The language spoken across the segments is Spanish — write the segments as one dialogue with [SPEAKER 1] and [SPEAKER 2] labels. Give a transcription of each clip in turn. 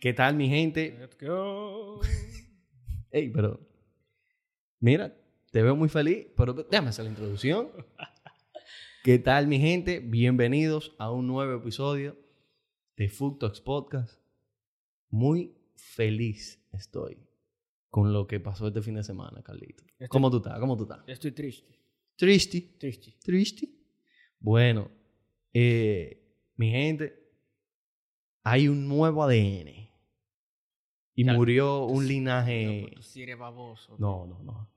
[SPEAKER 1] ¿Qué tal, mi gente?
[SPEAKER 2] Let's go.
[SPEAKER 1] Ey, pero. Mira, te veo muy feliz, pero déjame hacer la introducción. ¿Qué tal, mi gente? Bienvenidos a un nuevo episodio de Food Talks Podcast. Muy feliz estoy con lo que pasó este fin de semana, Carlito.
[SPEAKER 2] Estoy-
[SPEAKER 1] ¿Cómo tú estás? ¿Cómo tú estás?
[SPEAKER 2] Estoy triste,
[SPEAKER 1] Triste.
[SPEAKER 2] triste.
[SPEAKER 1] Triste. Bueno, eh, mi gente, hay un nuevo ADN. Y
[SPEAKER 2] Ya,
[SPEAKER 1] murió un
[SPEAKER 2] sí,
[SPEAKER 1] linaje.
[SPEAKER 2] Loco, tú sí eres baboso.
[SPEAKER 1] Eh, pues, No, no, no.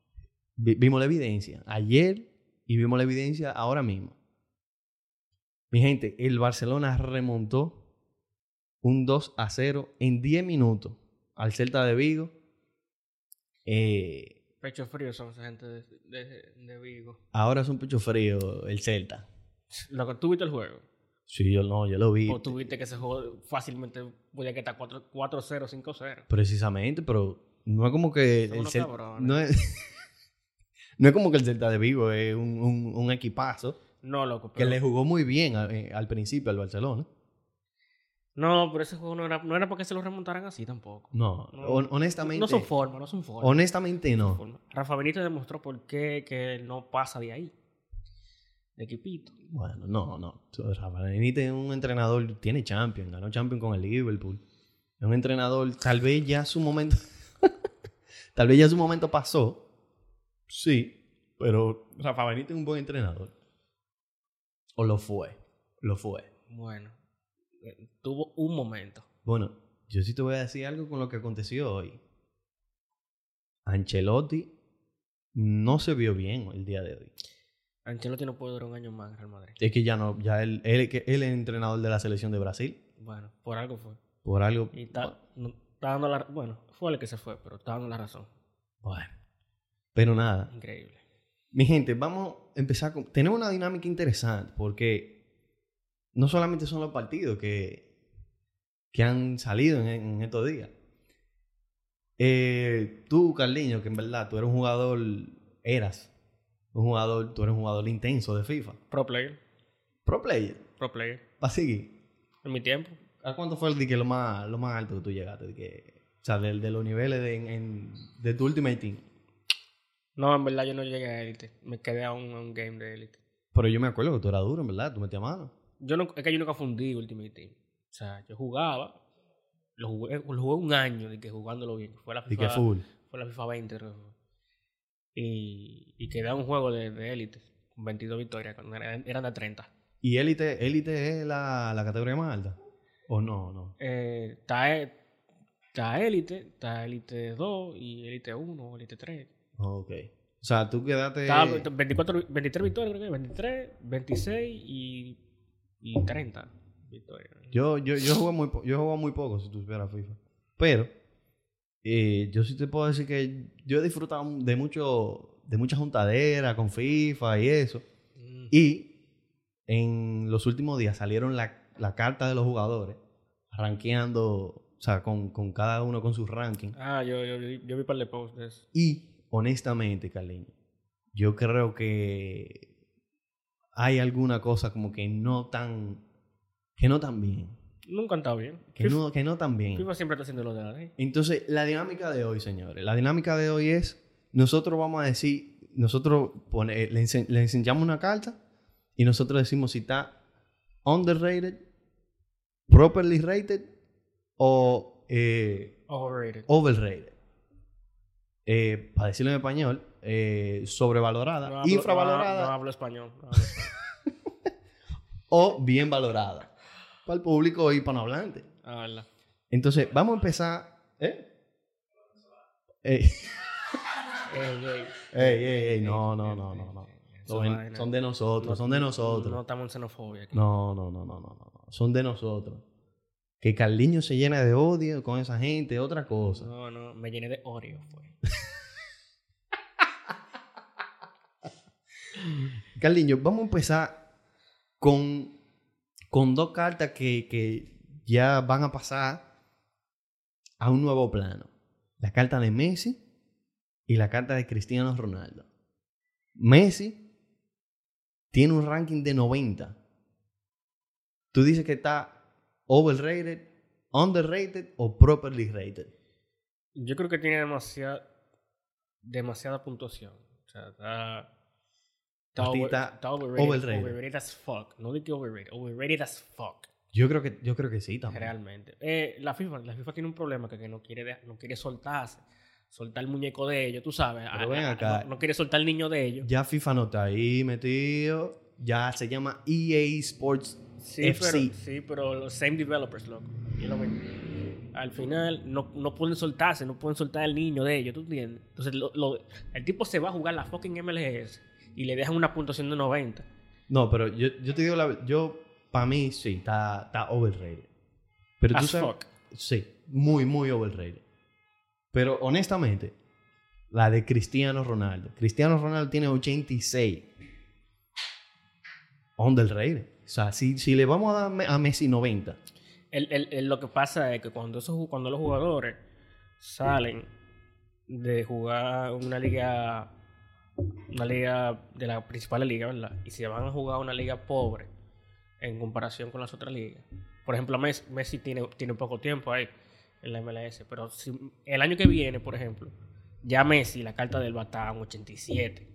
[SPEAKER 1] Vi- vimos la evidencia ayer y vimos la evidencia ahora mismo. Mi gente, el Barcelona remontó un 2 a 0 en 10 minutos al Celta de Vigo. Eh,
[SPEAKER 2] Pecho frío son esa gente de, de, de Vigo.
[SPEAKER 1] ahora es un pecho frío el Celta.
[SPEAKER 2] Loco, tú viste el juego.
[SPEAKER 1] Sí, yo no, yo lo vi.
[SPEAKER 2] O tú viste que ese juego fácilmente podía quedar 4 4-0, 5-0.
[SPEAKER 1] Precisamente, pero no es como que
[SPEAKER 2] Son
[SPEAKER 1] el
[SPEAKER 2] unos
[SPEAKER 1] Cel-
[SPEAKER 2] cabrones.
[SPEAKER 1] no es no es como que el Celta de Vigo es un, un- un equipazo
[SPEAKER 2] No, loco.
[SPEAKER 1] que
[SPEAKER 2] Pero...
[SPEAKER 1] le jugó muy bien a- eh, al principio al Barcelona.
[SPEAKER 2] No, pero ese juego no era, no era porque se lo remontaran así tampoco.
[SPEAKER 1] No,
[SPEAKER 2] No.
[SPEAKER 1] hon- honestamente
[SPEAKER 2] No son formas, no son formas.
[SPEAKER 1] honestamente no.
[SPEAKER 2] forma. Rafa Benítez demostró por qué que no pasa de ahí. De equipito.
[SPEAKER 1] Bueno, no, no. Rafa Benítez es un entrenador tiene Champions, ganó Champions con el Liverpool. Es un entrenador tal vez ya su momento tal vez ya su momento pasó. Sí, pero Rafa Benítez es un buen entrenador. O lo fue. Lo fue.
[SPEAKER 2] Bueno, eh, tuvo un momento.
[SPEAKER 1] Bueno, yo sí te voy a decir algo con lo que aconteció hoy. Ancelotti no se vio bien el día de hoy.
[SPEAKER 2] Ancelotti no puede durar un año más en Real Madrid.
[SPEAKER 1] Es que ya no, ya él, él, que él es entrenador de la selección de Brasil.
[SPEAKER 2] Bueno, por algo fue.
[SPEAKER 1] Por algo.
[SPEAKER 2] Y está, no- está dando la... Bueno, fue el que se fue, pero está dando la razón.
[SPEAKER 1] Bueno. Pero nada.
[SPEAKER 2] Increíble.
[SPEAKER 1] Mi gente, vamos a empezar con... Tenemos una dinámica interesante porque no solamente son los partidos que, que han salido en, en estos días. Eh, tú, Carliño, que en verdad tú eres un jugador, eras un jugador, tú eres un jugador intenso de FIFA.
[SPEAKER 2] Pro player,
[SPEAKER 1] Pro player,
[SPEAKER 2] pro player.
[SPEAKER 1] va a seguir.
[SPEAKER 2] En mi tiempo,
[SPEAKER 1] ¿A cuánto fue el de que lo más, lo más alto que tú llegaste? De que, o sea, del- de, los niveles de, en- en- de tu Ultimate Team.
[SPEAKER 2] no, en verdad yo no llegué a élite. Me quedé a un, a un game de élite.
[SPEAKER 1] Pero yo me acuerdo que tú eras duro, en verdad, tú metías mano.
[SPEAKER 2] Yo no, es que yo nunca fundí Ultimate Team. O sea, yo jugaba, lo jugué, lo jugué un año de que jugándolo bien. Fue la
[SPEAKER 1] De que
[SPEAKER 2] FIFA,
[SPEAKER 1] full.
[SPEAKER 2] fue la FIFA 20, creo. que fue. Y, y quedé a un juego de de élite, con 22 victorias, cuando eran, eran de 30.
[SPEAKER 1] ¿Y élite, élite es la, la categoría más alta? ¿O no? no?
[SPEAKER 2] Eh, está, e- está élite, está élite 2 y élite 1, élite 3.
[SPEAKER 1] Ok. O sea, tú quedaste...
[SPEAKER 2] Estaba 24, 23 victorias, creo que 23, 26 y, y 30 victorias.
[SPEAKER 1] Yo, yo, yo, jugué muy po- yo jugué muy poco, si tú supieras FIFA. Pero eh, yo sí te puedo decir que yo he disfrutado de, mucho, de mucha juntadera con FIFA y eso.
[SPEAKER 2] Mm.
[SPEAKER 1] Y en los últimos días salieron la, la carta de los jugadores, rankeando, o sea, con, con cada uno con su ranking.
[SPEAKER 2] Ah, yo, yo, vi- yo vi para el post de eso.
[SPEAKER 1] Y honestamente, Carliño, yo creo que hay alguna cosa como que no tan. que no tan bien.
[SPEAKER 2] Nunca han estado bien.
[SPEAKER 1] Que
[SPEAKER 2] FIFA,
[SPEAKER 1] no, que no tan bien.
[SPEAKER 2] FIFA siempre está haciendo lo de la ley.
[SPEAKER 1] Entonces, la dinámica de hoy, señores, la dinámica de hoy es: nosotros vamos a decir, nosotros pone- le, ense- le enseñamos una carta y nosotros decimos si está underrated, properly rated o. eh,
[SPEAKER 2] Overrated.
[SPEAKER 1] overrated. Eh, para decirlo en español, eh, sobrevalorada,
[SPEAKER 2] No hablo-
[SPEAKER 1] infravalorada
[SPEAKER 2] No, no hablo español. no hablo español.
[SPEAKER 1] o bien valorada. Para el público hispanohablante.
[SPEAKER 2] Ah, verdad.
[SPEAKER 1] Entonces, vamos a empezar. ¿Eh? Ey,
[SPEAKER 2] Ey, ey.
[SPEAKER 1] ey, ey, ey, no, no, no, no. no.
[SPEAKER 2] Esa
[SPEAKER 1] Son,
[SPEAKER 2] vaina.
[SPEAKER 1] son de nosotros,
[SPEAKER 2] No-
[SPEAKER 1] son de
[SPEAKER 2] No
[SPEAKER 1] nosotros.
[SPEAKER 2] estamos en xenofobia aquí.
[SPEAKER 1] No, no, no, no, no, no. no. Son de nosotros. Que Carliño se llena de odio con esa gente, otra cosa.
[SPEAKER 2] No, no, me llené de Oreo, fue.
[SPEAKER 1] Carliño, vamos a empezar con, con dos cartas que, que ya van a pasar a un nuevo plano. La carta de Messi y la carta de Cristiano Ronaldo. Messi tiene un ranking de 90. Tú dices que está overrated underrated o properly rated.
[SPEAKER 2] Yo creo que tiene demasiada, demasiada puntuación. O sea, está. Está,
[SPEAKER 1] Para ti
[SPEAKER 2] over-
[SPEAKER 1] está
[SPEAKER 2] está overrated,
[SPEAKER 1] overrated.
[SPEAKER 2] overrated as fuck. No di que overrated, overrated as fuck.
[SPEAKER 1] Yo creo que, yo creo que sí también.
[SPEAKER 2] Realmente. Eh, la, FIFA, la FIFA tiene un problema que, que no, quiere, de- no quiere soltarse. Soltar el muñeco de ellos, tú sabes. Ah,
[SPEAKER 1] Pero ven acá.
[SPEAKER 2] No, no quiere soltar el niño de ellos.
[SPEAKER 1] Ya FIFA no está ahí metido. Ya se llama EA Sports.
[SPEAKER 2] Sí,
[SPEAKER 1] FC.
[SPEAKER 2] pero, sí, pero los same developers, loco. Y lo ven. Al final no, no pueden soltarse, no pueden soltar al niño de ellos, ¿tú entiendes? Entonces lo- lo- el tipo se va a jugar la fucking MLS y le dejan una puntuación de 90.
[SPEAKER 1] No, pero yo, yo te digo la verdad. Yo, para mí, sí, está, está overrated. Pero tú
[SPEAKER 2] As
[SPEAKER 1] sabes.
[SPEAKER 2] fuck.
[SPEAKER 1] Sí, muy, muy overrated. Pero honestamente, la de Cristiano Ronaldo. Cristiano Ronaldo tiene 86. Underrated. O sea, si, si le vamos a dar me- a Messi 90.
[SPEAKER 2] El- el- el- lo que pasa es que cuando, esos, ju- cuando los jugadores salen de jugar una liga, una liga de la principal liga, ¿verdad? Y se van a jugar una liga pobre en comparación con las otras ligas. Por ejemplo, Messi, Messi tiene, tiene poco tiempo ahí en la MLS, pero si- el año que viene, por ejemplo, ya Messi, la carta del batán, 87.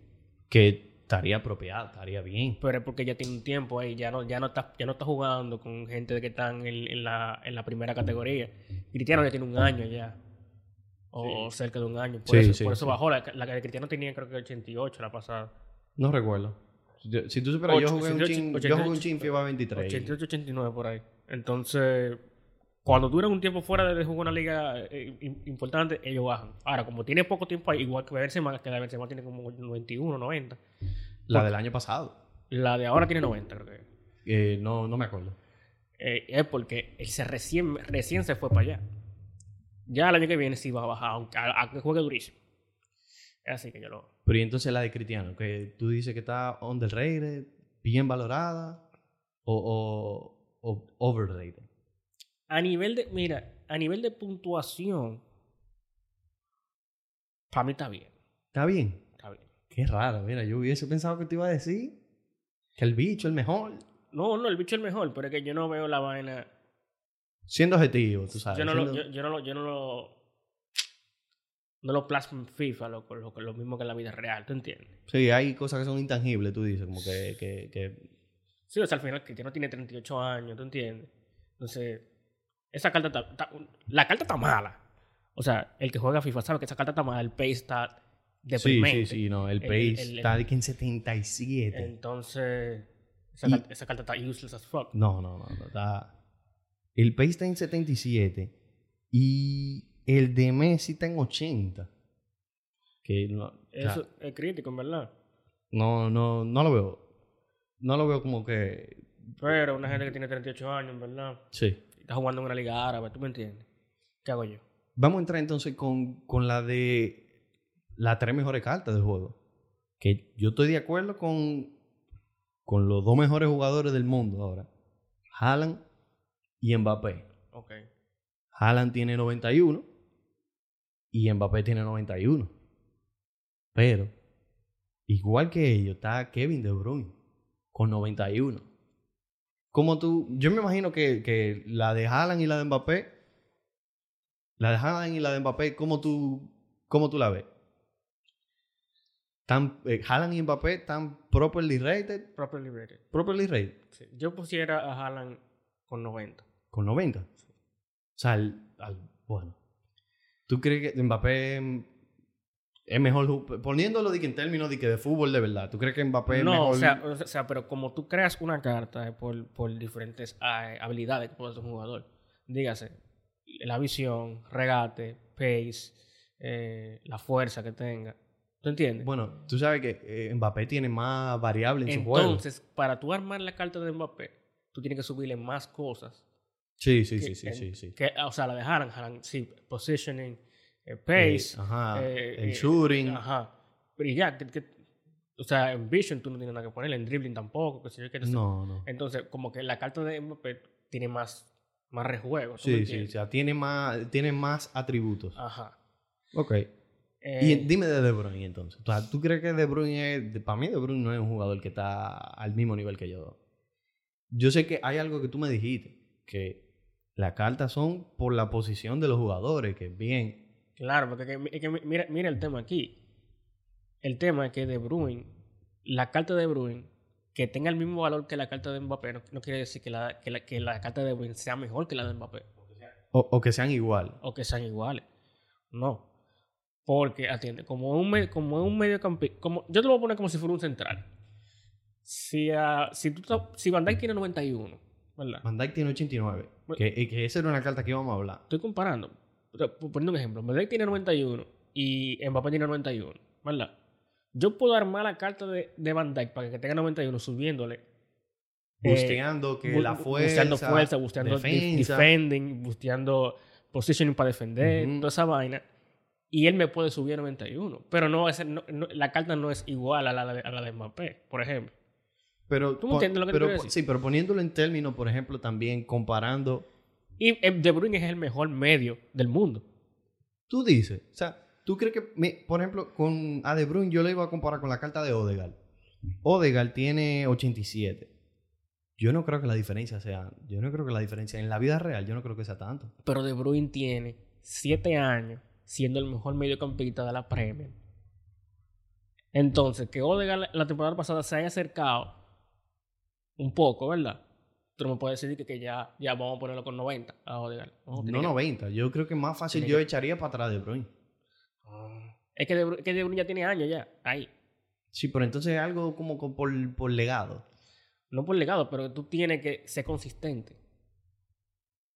[SPEAKER 1] Que estaría apropiado, estaría bien.
[SPEAKER 2] Pero es porque ya tiene un tiempo ahí, ya no, ya no está, ya no está jugando con gente que está en, el- en la, en la primera categoría. Cristiano ya tiene un año ya. O, o cerca de un año. Por
[SPEAKER 1] Sí,
[SPEAKER 2] eso,
[SPEAKER 1] sí,
[SPEAKER 2] por eso
[SPEAKER 1] sí.
[SPEAKER 2] bajó. La, la que Cristiano tenía creo que 88 la pasada.
[SPEAKER 1] No recuerdo. Yo- Si tú supieras, yo
[SPEAKER 2] Ocho-
[SPEAKER 1] jugué un
[SPEAKER 2] 88,
[SPEAKER 1] chin, yo jugué un
[SPEAKER 2] 88,
[SPEAKER 1] chin FIBA 23.
[SPEAKER 2] 88, 89 por ahí. Entonces, cuando duran un tiempo fuera de jugar una liga eh, im- importante, ellos bajan. Ahora, como tiene poco tiempo ahí, igual que Benzema, que la Benzema tiene como 91, 90.
[SPEAKER 1] La del año pasado.
[SPEAKER 2] La de ahora tiene 90 creo que. es.
[SPEAKER 1] Eh, no, no me acuerdo.
[SPEAKER 2] Eh, es porque él se recién, recién se fue para allá. Ya el año que viene sí va a bajar, aunque a, a que juegue durísimo. Así que yo lo.
[SPEAKER 1] Pero y entonces la de Cristiano, que tú dices que está underrated, bien valorada o, o, o overrated.
[SPEAKER 2] A nivel de. Mira, a nivel de puntuación. Para mí está bien.
[SPEAKER 1] Está bien.
[SPEAKER 2] Está bien.
[SPEAKER 1] Qué raro, mira, yo hubiese pensado que te iba a decir que el bicho, el mejor.
[SPEAKER 2] No, no, el bicho es el mejor, pero es que yo no veo la vaina.
[SPEAKER 1] Siendo objetivo, tú sabes.
[SPEAKER 2] Yo no, lo,
[SPEAKER 1] siendo-
[SPEAKER 2] yo, yo no lo. Yo no lo. No lo plasmo en FIFA, loco, lo, lo mismo que en la vida real, ¿tú entiendes?
[SPEAKER 1] Sí, hay cosas que son intangibles, tú dices, como que... que, que-
[SPEAKER 2] Sí, o sea, al final Cristiano tiene 38 años, ¿tú entiendes? Entonces, esa carta está, está- La carta está mala. O sea, el que juega FIFA sabe que esa carta está mala, el pace está
[SPEAKER 1] Sí,
[SPEAKER 2] deprimente.
[SPEAKER 1] sí, sí, no, el
[SPEAKER 2] El- el-
[SPEAKER 1] pace
[SPEAKER 2] el-
[SPEAKER 1] está de que en 77.
[SPEAKER 2] Entonces, esa,
[SPEAKER 1] Y-
[SPEAKER 2] carta, esa carta está useless as fuck.
[SPEAKER 1] No, no, no, no, está... El pace está en 77 y el de Messi está en 80. Que no... o sea,
[SPEAKER 2] Eso es crítico, en verdad.
[SPEAKER 1] No, no, no lo veo. No lo veo como que...
[SPEAKER 2] Pero una gente que tiene 38 años, en verdad,
[SPEAKER 1] Sí.
[SPEAKER 2] y está jugando en una liga árabe, ¿tú me entiendes? ¿Qué hago yo?
[SPEAKER 1] Vamos a entrar entonces con, con la de las tres mejores cartas del juego. Que yo estoy de acuerdo con, con los dos mejores jugadores del mundo ahora. Haaland y Mbappé.
[SPEAKER 2] Ok.
[SPEAKER 1] Haaland tiene 91 y Mbappé tiene 91. Pero, igual que ellos, está Kevin De Bruyne con 91. Como tú, yo me imagino que, que la de Haaland y la de Mbappé, la de Haaland y la de Mbappé, ¿cómo tú, cómo tú la ves? Tan, eh, Haaland y Mbappé están properly rated,
[SPEAKER 2] Properly rated.
[SPEAKER 1] properly rated.
[SPEAKER 2] Sí. Yo pusiera a Haaland con 90.
[SPEAKER 1] con 90. O sea, al- al- bueno. ¿Tú crees que Mbappé mm, es mejor ju- poniéndolo de que en términos de que de fútbol de verdad? ¿Tú crees que Mbappé es
[SPEAKER 2] no,
[SPEAKER 1] Pues, mejor?
[SPEAKER 2] o sea, o sea, pero como tú creas una carta eh, por, por diferentes eh, habilidades que puede ser un jugador, dígase, la visión, regate, pace, eh, la fuerza que tenga. ¿Tú entiendes?
[SPEAKER 1] bueno, tú sabes que eh, Mbappé tiene más variables en su juego.
[SPEAKER 2] Entonces, para tú armar la carta de Mbappé, tú tienes que subirle más cosas.
[SPEAKER 1] Sí, sí,
[SPEAKER 2] que-
[SPEAKER 1] sí, sí,
[SPEAKER 2] en-
[SPEAKER 1] sí, sí.
[SPEAKER 2] que, o sea, la de Haran, sí, positioning, eh, pace,
[SPEAKER 1] Eh, ajá,
[SPEAKER 2] eh,
[SPEAKER 1] el
[SPEAKER 2] eh,
[SPEAKER 1] shooting.
[SPEAKER 2] Ajá. Pero ya, que- que- o sea, en vision tú no tienes nada que ponerle, en dribbling tampoco, qué sé yo, qué sé yo.
[SPEAKER 1] no, no.
[SPEAKER 2] Entonces, como que la carta de Mbappé tiene más, más rejuego. ¿tú
[SPEAKER 1] Sí,
[SPEAKER 2] me
[SPEAKER 1] sí, o
[SPEAKER 2] entiendes?
[SPEAKER 1] sea, tiene más, tiene más atributos.
[SPEAKER 2] Ajá.
[SPEAKER 1] Ok.
[SPEAKER 2] Eh,
[SPEAKER 1] Y dime de De Bruyne entonces. O sea, ¿tú crees que De Bruyne es... de- Para mí De Bruyne no es un jugador que está al mismo nivel que yo. Yo sé que hay algo que tú me dijiste, que Las cartas son por la posición de los jugadores, que bien.
[SPEAKER 2] Claro, porque que- es que mi- mira, mira el tema aquí. El tema es que de Bruin, la carta de Bruin, que tenga el mismo valor que la carta de Mbappé, no, no quiere decir que la, que, la, que la carta de Bruin sea mejor que la de Mbappé
[SPEAKER 1] O, o que sean igual.
[SPEAKER 2] o que sean iguales. No. Porque, atiende, como es un, me- como es un mediocampi- como yo te lo voy a poner como si fuera un central. Si, ah, si, tú, ta- si Van Dijk tiene 91, ¿verdad?
[SPEAKER 1] Van Dijk tiene 89.
[SPEAKER 2] Bueno.
[SPEAKER 1] Que, y que esa era una carta que íbamos a hablar.
[SPEAKER 2] estoy comparando, o sea, p- poniendo un ejemplo, Medellín tiene 91 y Mbappé tiene 91, ¿verdad? Yo puedo armar la carta de, de Van Dijk para que tenga 91 subiéndole. eh,
[SPEAKER 1] Busteando que
[SPEAKER 2] bu-
[SPEAKER 1] la
[SPEAKER 2] bu-
[SPEAKER 1] fuerza.
[SPEAKER 2] Busteando fuerza, busteando de-
[SPEAKER 1] defensa.
[SPEAKER 2] defending, busteando positioning para defender,
[SPEAKER 1] Ujú.
[SPEAKER 2] toda esa vaina. Y él me puede subir a 91. Pero no va a ser- no- no- la carta no es igual a la, de- a la de Mbappé, por ejemplo.
[SPEAKER 1] Pero,
[SPEAKER 2] ¿Tú me
[SPEAKER 1] pon-
[SPEAKER 2] entiendes lo que te
[SPEAKER 1] pero
[SPEAKER 2] quiero
[SPEAKER 1] pon-
[SPEAKER 2] decir?
[SPEAKER 1] Sí, pero poniéndolo en términos, por ejemplo, también comparando.
[SPEAKER 2] Y eh, De Bruyne es el mejor medio del mundo.
[SPEAKER 1] Tú dices, o sea, tú crees que, me- por ejemplo, con a De Bruyne yo le iba a comparar con la carta de Odegaard. Odegaard tiene 87. Yo no creo que la diferencia sea, yo no creo que la diferencia en la vida real, yo no creo que sea tanto.
[SPEAKER 2] Pero De Bruyne tiene 7 años siendo el mejor mediocampista de la Premier. Entonces, que Odegaard la- la temporada pasada se haya acercado un poco, ¿verdad? Tú no me puedes decir que, que ya, ya vamos a ponerlo con 90 a Odegaard. No, tiene
[SPEAKER 1] No
[SPEAKER 2] que-
[SPEAKER 1] 90, yo creo que más fácil
[SPEAKER 2] tiene
[SPEAKER 1] yo
[SPEAKER 2] que-
[SPEAKER 1] echaría para atrás a De Bruyne.
[SPEAKER 2] Ah. Es que de, Bru- que De Bruyne ya tiene años ya, ahí.
[SPEAKER 1] Sí, pero entonces es algo como con- por, por legado.
[SPEAKER 2] No por legado, pero tú tienes que ser consistente.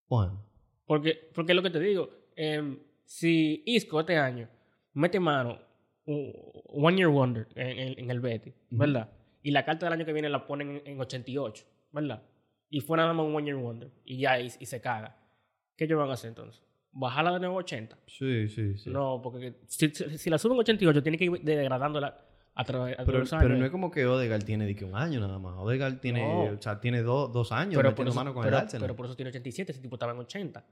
[SPEAKER 1] Bueno,
[SPEAKER 2] Porque, porque es lo que te digo. em, si Isco este año mete mano un- One Year Wonder en, en- en el Betty,
[SPEAKER 1] Ujú.
[SPEAKER 2] ¿verdad? Y la carta del año que viene la ponen en, en 88, ¿verdad? Y fue nada más un One Year Wonder. Y ya, y, y se caga. ¿Qué ellos van a hacer entonces? ¿Bajarla de nuevo a 80?
[SPEAKER 1] sí, sí, sí.
[SPEAKER 2] No, porque si, si- si la suben a 88, tiene que ir degradándola a través a través de
[SPEAKER 1] pero,
[SPEAKER 2] los
[SPEAKER 1] pero
[SPEAKER 2] años.
[SPEAKER 1] no es como que Odegaard tiene de que un año nada más. Odegaard tiene,
[SPEAKER 2] No.
[SPEAKER 1] o sea, tiene dos- dos años
[SPEAKER 2] pero por,
[SPEAKER 1] metiendo
[SPEAKER 2] eso,
[SPEAKER 1] mano con
[SPEAKER 2] pero-
[SPEAKER 1] el Arsenal.
[SPEAKER 2] pero por eso tiene 87, ese tipo estaba en 80.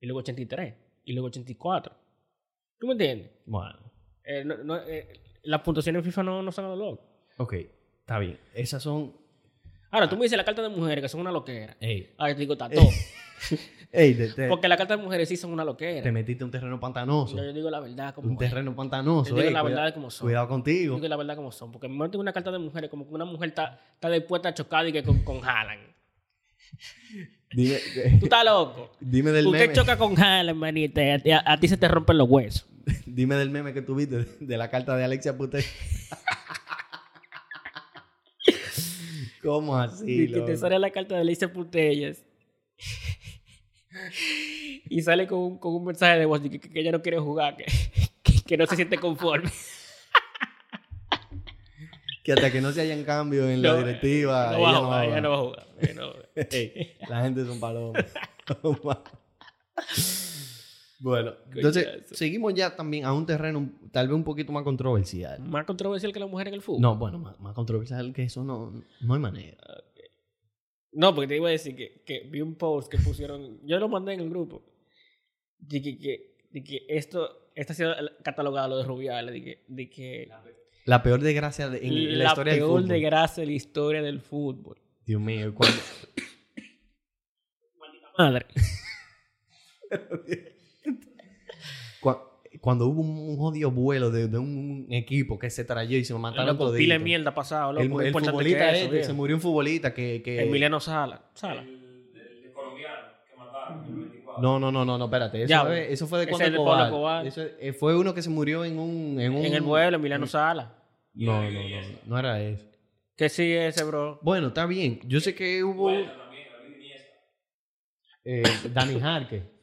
[SPEAKER 2] Y luego 83. Y luego 84. ¿Tú me entiendes?
[SPEAKER 1] Bueno.
[SPEAKER 2] Eh, no- no, eh, las puntuaciones en FIFA no, no son a lo loco.
[SPEAKER 1] Ok, está bien. Esas son.
[SPEAKER 2] Ahora, tú me dices la carta de mujeres que son una loquera.
[SPEAKER 1] Ey,
[SPEAKER 2] Ahora te digo, tató.
[SPEAKER 1] ey, te, te-
[SPEAKER 2] Porque la carta de mujeres sí son una loquera.
[SPEAKER 1] te metiste un terreno pantanoso.
[SPEAKER 2] Yo, yo digo la verdad como
[SPEAKER 1] Un
[SPEAKER 2] es.
[SPEAKER 1] terreno pantanoso.
[SPEAKER 2] Yo digo
[SPEAKER 1] ey,
[SPEAKER 2] la
[SPEAKER 1] eh, cuida-
[SPEAKER 2] verdad como son.
[SPEAKER 1] Cuidado
[SPEAKER 2] Yo
[SPEAKER 1] contigo.
[SPEAKER 2] digo la verdad como son. Porque me momento en una carta de mujeres, como que una mujer está, está dispuesta a chocar y que con, con Haaland.
[SPEAKER 1] Dime,
[SPEAKER 2] Tú estás loco.
[SPEAKER 1] dime del
[SPEAKER 2] Usted
[SPEAKER 1] meme.
[SPEAKER 2] choca con Haaland, manita. y A, ti- a ti se te rompen los huesos.
[SPEAKER 1] Dime del meme que tuviste de, de la carta de Alexia Putel. ¿Cómo así?
[SPEAKER 2] y que te
[SPEAKER 1] loco?
[SPEAKER 2] sale la carta de Alicia Putellas. y sale con un, con un mensaje de voz de que, que ella no quiere jugar, que, que- que no se siente conforme.
[SPEAKER 1] Que hasta que no se hayan cambio en la
[SPEAKER 2] No,
[SPEAKER 1] directiva.
[SPEAKER 2] no va a
[SPEAKER 1] ella no va a
[SPEAKER 2] jugar, ella
[SPEAKER 1] hablar.
[SPEAKER 2] no va a jugar. ella no va a jugar.
[SPEAKER 1] Ey, la gente es un palomo. bueno, entonces
[SPEAKER 2] Coñazo.
[SPEAKER 1] seguimos ya también a un terreno un- tal vez un poquito más controversial.
[SPEAKER 2] Más controversial que la mujer en el fútbol.
[SPEAKER 1] No, bueno, más, más controversial que eso no, no hay manera.
[SPEAKER 2] No, porque te iba a decir que, que vi un post que pusieron. Yo lo mandé en el grupo. De que, que- de que esto. Esta ha sido catalogado lo de Rubiales. De que, de que
[SPEAKER 1] La peor desgracia de- en, en la, historia del
[SPEAKER 2] peor
[SPEAKER 1] fútbol.
[SPEAKER 2] desgracia de la historia del fútbol.
[SPEAKER 1] Dios mío, cuando-
[SPEAKER 2] Madre.
[SPEAKER 1] cua- cuando hubo un, un jodido vuelo de, de un equipo que se trayó y se mataron
[SPEAKER 2] Loco,
[SPEAKER 1] toditos.
[SPEAKER 2] pila de mierda pasado, loco.
[SPEAKER 1] El,
[SPEAKER 2] más
[SPEAKER 1] el
[SPEAKER 2] importante
[SPEAKER 1] futbolista
[SPEAKER 2] que eso,
[SPEAKER 1] este,
[SPEAKER 2] viejo.
[SPEAKER 1] se murió un futbolista que... que-
[SPEAKER 2] Emiliano Sala. Sala.
[SPEAKER 1] Mm. No, no, no, no, no, espérate. Eso,
[SPEAKER 2] Ya,
[SPEAKER 1] fue-
[SPEAKER 2] bueno.
[SPEAKER 1] eso fue de
[SPEAKER 2] Ese
[SPEAKER 1] cuando
[SPEAKER 2] es de Pablo
[SPEAKER 1] Escobar.
[SPEAKER 2] Escobar.
[SPEAKER 1] Eso, eh, fue uno que se murió en un... En, un-
[SPEAKER 2] En el pueblo, Emiliano
[SPEAKER 1] Mm.
[SPEAKER 2] Sala.
[SPEAKER 1] No, no, no, no, no era eso.
[SPEAKER 2] ¿Qué sigue ese, bro?
[SPEAKER 1] Bueno, está bien. Yo sé que hubo... Eh, Dani Jarque.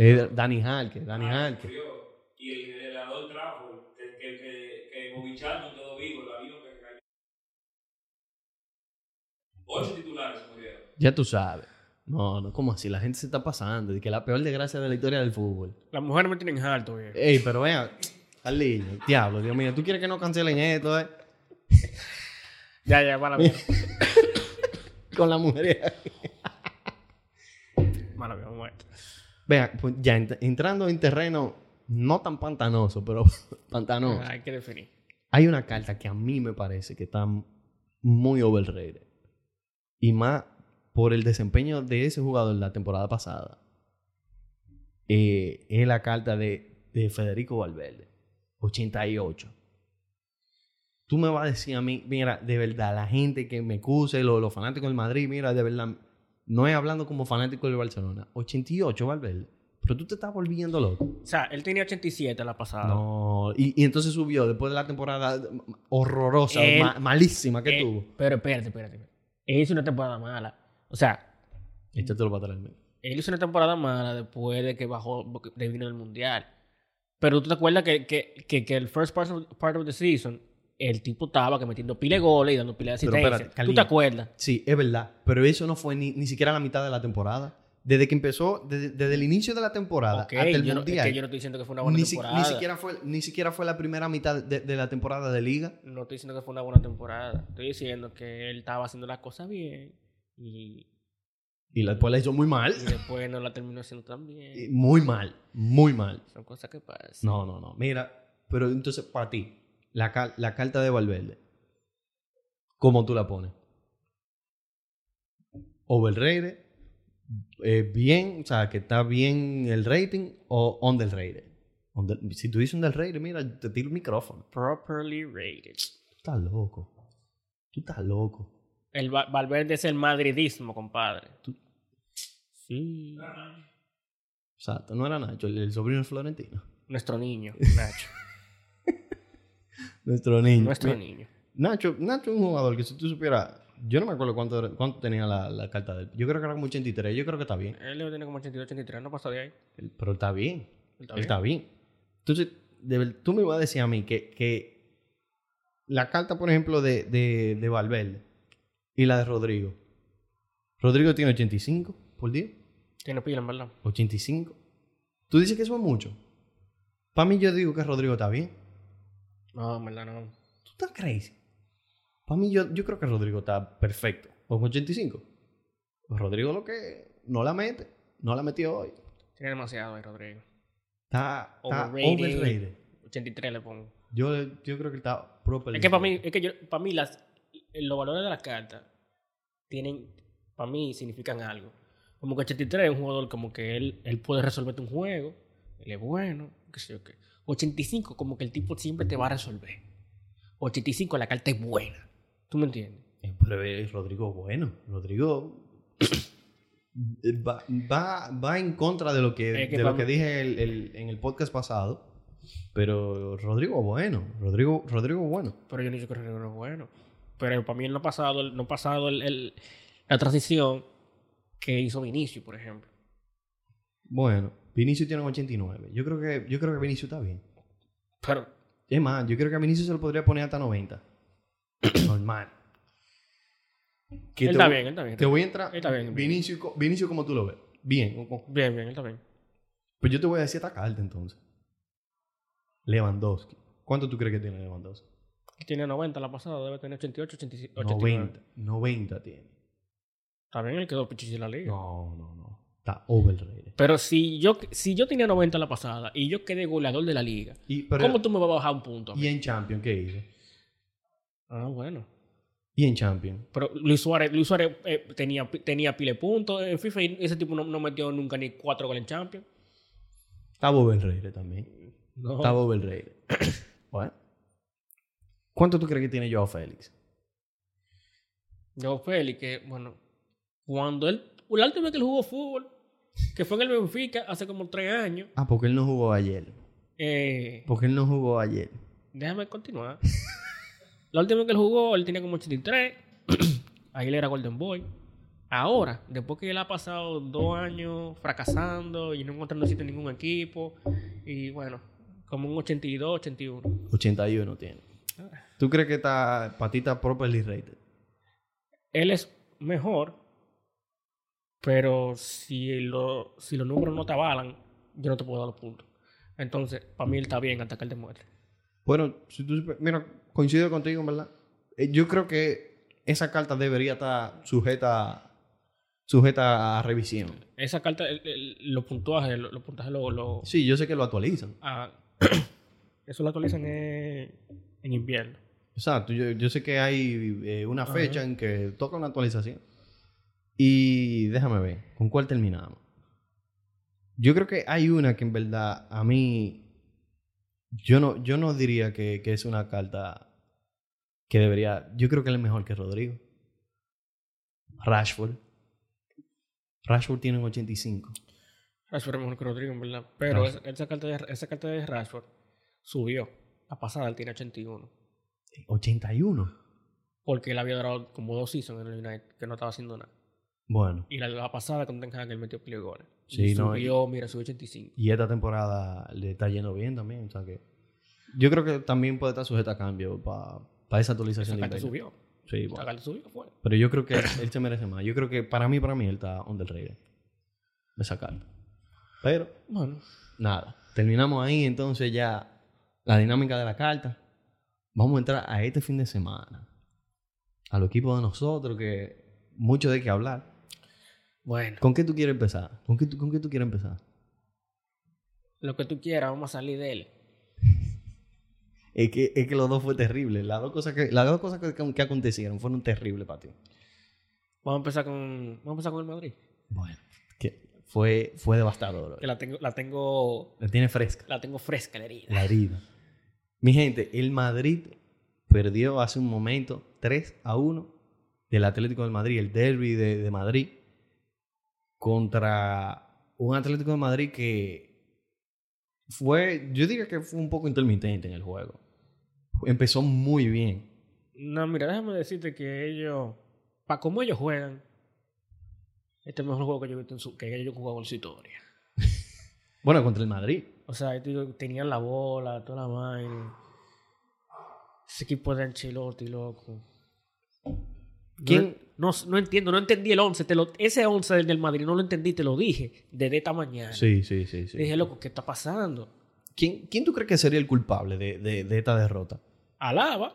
[SPEAKER 1] Eh, Dani Jarque, Dani
[SPEAKER 2] Ah,
[SPEAKER 1] Jarque.
[SPEAKER 3] Y el de la dos trajo, que, que, que, que Bobichardo todo vivo, el avión que cayó. Ocho titulares murieron.
[SPEAKER 1] Ya tú sabes. No, no, ¿cómo así? La gente se está pasando. Y que la peor desgracia de la historia del fútbol.
[SPEAKER 2] Las mujeres me tienen harto, viejo.
[SPEAKER 1] Ey, pero vean. Carliño, diablo, Dios mío. ¿Tú quieres que no cancelen esto, eh?
[SPEAKER 2] Ya, ya, mala mía.
[SPEAKER 1] Con la mujer.
[SPEAKER 2] Mala mía, vamos a ver.
[SPEAKER 1] Vean, pues ya ent- entrando en terreno no tan pantanoso, pero pantanoso.
[SPEAKER 2] Hay que definir.
[SPEAKER 1] Hay una carta que a mí me parece que está muy overrated. Y más por el desempeño de ese jugador la temporada pasada, eh, es la carta de, de Federico Valverde, 88. Tú me vas a decir a mí, mira, de verdad, la gente que me acuse, lo- los, fanáticos del Madrid, mira, de verdad, no es hablando como fanático del Barcelona, 88 Valverde. Pero tú te estás volviendo loco.
[SPEAKER 2] O sea, él tenía 87 la pasada.
[SPEAKER 1] No, y, y entonces subió después de la temporada horrorosa,
[SPEAKER 2] Él-
[SPEAKER 1] ma- malísima que
[SPEAKER 2] Eh,
[SPEAKER 1] tuvo.
[SPEAKER 2] Pero espérate, espérate. espérate. Él hizo una temporada mala. O sea,
[SPEAKER 1] Échatelo para atrás. men.
[SPEAKER 2] él hizo una temporada mala después de que bajó, de vino al mundial. Pero tú te acuerdas que, que, que, que el first part of, part of the season, el tipo estaba que metiendo pile de goles y dando pile de
[SPEAKER 1] Pero
[SPEAKER 2] asistencia.
[SPEAKER 1] espérate,
[SPEAKER 2] ¿Tú te
[SPEAKER 1] Calía.
[SPEAKER 2] acuerdas?
[SPEAKER 1] Sí, es verdad. Pero eso no fue ni, ni siquiera la mitad de la temporada. Desde que empezó, desde, desde el inicio de la temporada
[SPEAKER 2] Ok,
[SPEAKER 1] hasta el
[SPEAKER 2] yo no, es
[SPEAKER 1] Mundial.
[SPEAKER 2] que yo no estoy diciendo que fue una buena
[SPEAKER 1] ni, si-
[SPEAKER 2] temporada.
[SPEAKER 1] ni siquiera fue, ni siquiera fue la primera mitad de, de la temporada de Liga.
[SPEAKER 2] No estoy diciendo que fue una buena temporada. Estoy diciendo que él estaba haciendo las cosas bien y,
[SPEAKER 1] Y la- después la hizo muy mal.
[SPEAKER 2] y después no la terminó haciendo tan bien.
[SPEAKER 1] Muy mal. Muy mal.
[SPEAKER 2] Son cosas que pasan.
[SPEAKER 1] No, no, no. Mira, pero entonces, para ti, la, cal- la carta de Valverde, ¿cómo tú la pones? ¿Overrated? eh, ¿Bien? O sea, que está bien el rating o underrated? Under- si tú dices underrated, mira, te tiro el micrófono.
[SPEAKER 2] Properly rated.
[SPEAKER 1] Tú estás loco. Tú estás loco.
[SPEAKER 2] El Va- Valverde es el madridismo, compadre.
[SPEAKER 1] Tú-
[SPEAKER 2] Sí.
[SPEAKER 1] O sea, no era Nacho, el, el sobrino de Florentino.
[SPEAKER 2] Nuestro niño, Nacho.
[SPEAKER 1] Nuestro niño.
[SPEAKER 2] Nuestro
[SPEAKER 1] Mi-
[SPEAKER 2] niño.
[SPEAKER 1] Nacho, Nacho es un jugador que si tú supieras, yo no me acuerdo cuánto, era- cuánto tenía la, la carta de él. Yo creo que era como 83, yo creo que está bien.
[SPEAKER 2] Él lo tiene como 82, 83, no pasó de ahí.
[SPEAKER 1] Él- Pero está bien.
[SPEAKER 2] Él
[SPEAKER 1] Él está bien. Entonces, de ver- tú me vas a decir a mí que, que la carta, por ejemplo, de, de, de Valverde y la de Rodrigo. Rodrigo tiene 85 por 10.
[SPEAKER 2] Tiene pila, en verdad.
[SPEAKER 1] 85. Tú dices que eso es mucho. Para mí yo digo que Rodrigo está bien.
[SPEAKER 2] No, en verdad no.
[SPEAKER 1] Tú estás crazy. Para mí yo, yo creo que Rodrigo está perfecto. Con 85. Rodrigo lo que no la mete. No la metió hoy.
[SPEAKER 2] Tiene demasiado ahí, Rodrigo.
[SPEAKER 1] Está, está
[SPEAKER 2] Overrated.
[SPEAKER 1] overrated.
[SPEAKER 2] 83 le pongo.
[SPEAKER 1] Yo, yo creo que está properly.
[SPEAKER 2] Es que para mí, es que yo, para mí las, los valores de las cartas tienen, para mí significan algo. Como que 83 es un jugador como que él, él puede resolverte un juego, él es bueno, qué sé yo qué. 85 como que el tipo siempre te va a resolver. 85 la carta es buena. ¿Tú me entiendes?
[SPEAKER 1] Eh, Pero es Rodrigo bueno. Rodrigo eh, va, va, va en contra de lo que,
[SPEAKER 2] Es que
[SPEAKER 1] de lo
[SPEAKER 2] pa'
[SPEAKER 1] que
[SPEAKER 2] mí-
[SPEAKER 1] dije el- el- en el podcast pasado. Pero Rodrigo bueno. Rodrigo, Rodrigo bueno.
[SPEAKER 2] Pero yo no digo que Rodrigo no es bueno. Pero para mí él no ha pasado, el- no ha pasado el- el- la transición que hizo Vinicius, por ejemplo.
[SPEAKER 1] Bueno, Vinicius tiene un 89. Yo creo que, yo creo que Vinicius está bien.
[SPEAKER 2] Pero
[SPEAKER 1] Es más, yo creo que a Vinicius se lo podría poner hasta 90. Normal. Que
[SPEAKER 2] él
[SPEAKER 1] te
[SPEAKER 2] está
[SPEAKER 1] voy-
[SPEAKER 2] bien, él está bien.
[SPEAKER 1] Te voy a entrar.
[SPEAKER 2] Está bien.
[SPEAKER 1] Vinicius, co- Vinicius como tú lo ves. Bien. o- o-
[SPEAKER 2] Bien, bien, él está bien.
[SPEAKER 1] Pues yo te voy a decir esta carta entonces. Lewandowski. ¿Cuánto tú crees que tiene Lewandowski?
[SPEAKER 2] Tiene 90 la pasada, debe tener 88, 87,
[SPEAKER 1] 90. 90 tiene.
[SPEAKER 2] También él quedó pichichi en la liga.
[SPEAKER 1] No, no, no. Está overrated.
[SPEAKER 2] Pero si yo, si yo tenía 90 la pasada y yo quedé goleador de la liga,
[SPEAKER 1] Y, pero-
[SPEAKER 2] ¿cómo tú me vas a bajar un punto? a mí?
[SPEAKER 1] ¿Y en Champions qué hizo?
[SPEAKER 2] Ah, bueno.
[SPEAKER 1] ¿Y en Champions?
[SPEAKER 2] Pero Luis Suárez, Luis Suárez eh, tenía, pi- tenía pile puntos en FIFA y ese tipo no, no metió nunca ni cuatro goles en Champions.
[SPEAKER 1] Está overrated también.
[SPEAKER 2] No.
[SPEAKER 1] Está overrated. bueno. ¿Cuánto tú crees que tiene Joao Félix?
[SPEAKER 2] Yo, Félix, que bueno, cuando él, la última vez que él jugó fútbol, que fue en el Benfica hace como tres años,
[SPEAKER 1] Ah, porque él no jugó ayer.
[SPEAKER 2] eh,
[SPEAKER 1] Porque él no jugó ayer.
[SPEAKER 2] Déjame continuar. La última vez que él jugó, él tenía como 83. Ahí él era Golden Boy. Ahora, después que él ha pasado dos años fracasando y no encontrando sitio en ningún equipo, y bueno, como un 82, 81.
[SPEAKER 1] 81 tiene. ¿Tú crees que está patita properly rated?
[SPEAKER 2] Él es mejor, pero si, lo- si los números no te avalan, yo no te puedo dar los puntos. Entonces, para mí él está bien hasta que él demuestre.
[SPEAKER 1] Bueno, si tú, supe- mira, coincido contigo, en ¿verdad? Eh, Yo creo que esa carta debería estar sujeta, sujeta a revisión.
[SPEAKER 2] Esa carta, el- el- los puntuajes, los, los puntajes los... los-
[SPEAKER 1] Sí, yo sé que lo actualizan.
[SPEAKER 2] Ah, eso lo actualizan eh, en invierno.
[SPEAKER 1] Exacto, yo, yo sé que hay eh, una
[SPEAKER 2] Ajá.
[SPEAKER 1] fecha en que toca una actualización. Y déjame ver, ¿con cuál terminamos? Yo creo que hay una que en verdad a mí. Yo no, yo no diría que, que es una carta que debería. Yo creo que él es mejor que Rodrigo. Rashford. Rashford tiene un 85.
[SPEAKER 2] Rashford es mejor que Rodrigo, en verdad. Pero esa, esa carta de, esa carta de Rashford subió. La pasada él tiene 81.
[SPEAKER 1] 81.
[SPEAKER 2] Porque él había durado como dos seasons en el United, que no estaba haciendo nada.
[SPEAKER 1] Bueno.
[SPEAKER 2] Y la, la pasada con Ten Hag, él metió pile goles.
[SPEAKER 1] Sí,
[SPEAKER 2] y
[SPEAKER 1] no,
[SPEAKER 2] subió, mira, subió 85.
[SPEAKER 1] Y esta temporada le está yendo bien también. O sea que yo creo que también puede estar sujeta a cambio para esa
[SPEAKER 2] Esa
[SPEAKER 1] actualización. de
[SPEAKER 2] carta
[SPEAKER 1] invierno.
[SPEAKER 2] subió.
[SPEAKER 1] Sí,
[SPEAKER 2] Esa
[SPEAKER 1] bueno.
[SPEAKER 2] carta subió, fue.
[SPEAKER 1] Pero yo creo que él, él se merece más. Yo creo que para mí, para mí, él está underrated. De esa carta. Pero,
[SPEAKER 2] Bueno.
[SPEAKER 1] nada. Terminamos ahí entonces ya la dinámica de la carta. Vamos a entrar a este fin de semana. A los equipos de nosotros que mucho de qué hablar.
[SPEAKER 2] Bueno.
[SPEAKER 1] ¿Con qué tú quieres empezar? ¿Con qué tú, con qué tú quieres empezar?
[SPEAKER 2] Lo que tú quieras, vamos a salir de él.
[SPEAKER 1] Es que, es que los dos fue terrible. Las dos cosas que, las dos cosas que, que acontecieron fueron terribles para ti.
[SPEAKER 2] Vamos a empezar con, vamos a empezar con el Madrid.
[SPEAKER 1] Bueno, que fue, fue devastador.
[SPEAKER 2] Que la tengo, la tengo,
[SPEAKER 1] La tiene fresca.
[SPEAKER 2] la tengo fresca la herida.
[SPEAKER 1] La herida. Mi gente, el Madrid perdió hace un momento 3 a 1 del Atlético de Madrid, el derby de, de Madrid, contra un Atlético de Madrid que fue, yo diría que fue un poco intermitente en el juego. Empezó muy bien.
[SPEAKER 2] No, mira, déjame decirte que ellos, para cómo ellos juegan, este es el mejor juego que yo he visto en su, que ellos han jugado en su historia.
[SPEAKER 1] Bueno, contra el Madrid.
[SPEAKER 2] O sea, estos tíos tenían la bola, toda la vaina. Ese equipo de Ancelotti, loco.
[SPEAKER 1] ¿Quién?
[SPEAKER 2] No, no, no entiendo, no entendí el 11. te lo- Ese 11 del, del Madrid no lo entendí, te lo dije desde esta mañana.
[SPEAKER 1] Sí, sí, sí.
[SPEAKER 2] Dije, loco, ¿qué está pasando?
[SPEAKER 1] ¿Quién, quién tú crees que sería el culpable de- de- de esta derrota?
[SPEAKER 2] Alaba.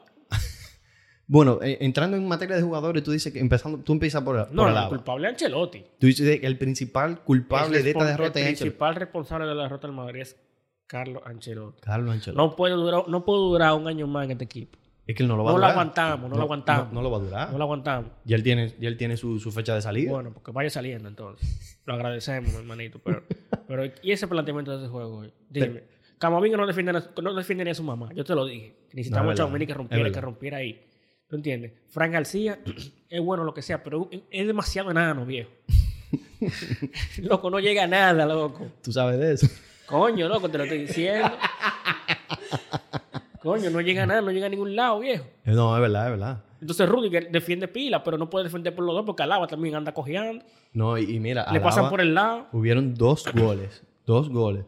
[SPEAKER 1] Bueno, eh, entrando en materia de jugadores, tú dices que empezando, tú empiezas por, por
[SPEAKER 2] No, el
[SPEAKER 1] Alaba.
[SPEAKER 2] culpable es Ancelotti.
[SPEAKER 1] Tú dices que el principal culpable
[SPEAKER 2] El
[SPEAKER 1] de esta
[SPEAKER 2] respon-
[SPEAKER 1] derrota
[SPEAKER 2] El
[SPEAKER 1] es Ancelotti.
[SPEAKER 2] principal responsable de la derrota del Madrid es Carlos Ancelotti.
[SPEAKER 1] Carlos Ancelotti.
[SPEAKER 2] No puede durar, no puede durar un año más en este equipo.
[SPEAKER 1] es que él no lo va
[SPEAKER 2] No
[SPEAKER 1] a
[SPEAKER 2] lo
[SPEAKER 1] durar.
[SPEAKER 2] aguantamos, no lo aguantamos.
[SPEAKER 1] No, no lo va a durar.
[SPEAKER 2] No lo aguantamos.
[SPEAKER 1] Ya él tiene, ya él tiene su, su fecha de salida.
[SPEAKER 2] Bueno, porque vaya saliendo entonces. Lo agradecemos, hermanito. Pero, pero ¿y ese planteamiento de ese juego hoy? Dime. Camavinga no defiende, no defiende ni a su mamá. Yo te lo dije. Necesitamos
[SPEAKER 1] No, es
[SPEAKER 2] a
[SPEAKER 1] verdad,
[SPEAKER 2] Chaumini que
[SPEAKER 1] es
[SPEAKER 2] rompiera, que
[SPEAKER 1] verdad.
[SPEAKER 2] rompiera ahí. ¿Tú entiendes? Frank García es bueno lo que sea, pero es demasiado enano, viejo. loco, no llega a nada, loco.
[SPEAKER 1] Tú sabes de eso.
[SPEAKER 2] Coño, loco, te lo estoy diciendo. Coño, no llega a nada, no llega a ningún lado, viejo.
[SPEAKER 1] No, es verdad, es verdad.
[SPEAKER 2] Entonces Rudiger defiende pila, pero no puede defender por los dos porque Alaba también anda cojeando.
[SPEAKER 1] No, y, y mira,
[SPEAKER 2] Le
[SPEAKER 1] Alaba-
[SPEAKER 2] pasan por el lado.
[SPEAKER 1] hubieron dos goles. dos goles.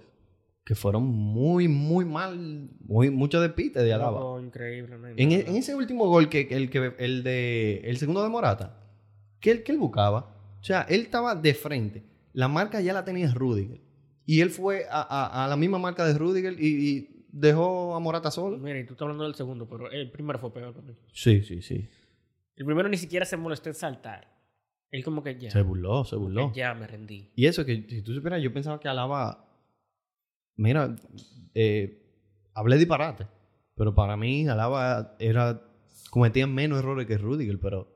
[SPEAKER 1] Que fueron muy, muy mal. Muy, mucho de pite de Alaba.
[SPEAKER 2] Loco, Oh, increíble, no hay
[SPEAKER 1] En, e,
[SPEAKER 2] nada.
[SPEAKER 1] en ese último gol, que, el, que, el de el segundo de Morata, que él, que él buscaba. O sea, él estaba de frente. La marca ya la tenía Rudiger. Y él fue a, a- a la misma marca de Rudiger y, y dejó a Morata solo.
[SPEAKER 2] Mira, y tú estás hablando del segundo, pero el primero fue peor para mí.
[SPEAKER 1] Sí, sí, sí.
[SPEAKER 2] El primero ni siquiera se molestó en saltar. Él como que ya,
[SPEAKER 1] Se burló, se burló.
[SPEAKER 2] ya me rendí.
[SPEAKER 1] Y eso que, si tú supieras, yo pensaba que Alaba... Mira, eh, hablé disparate. Pero para mí, Alaba era, cometía menos errores que Rudiger, pero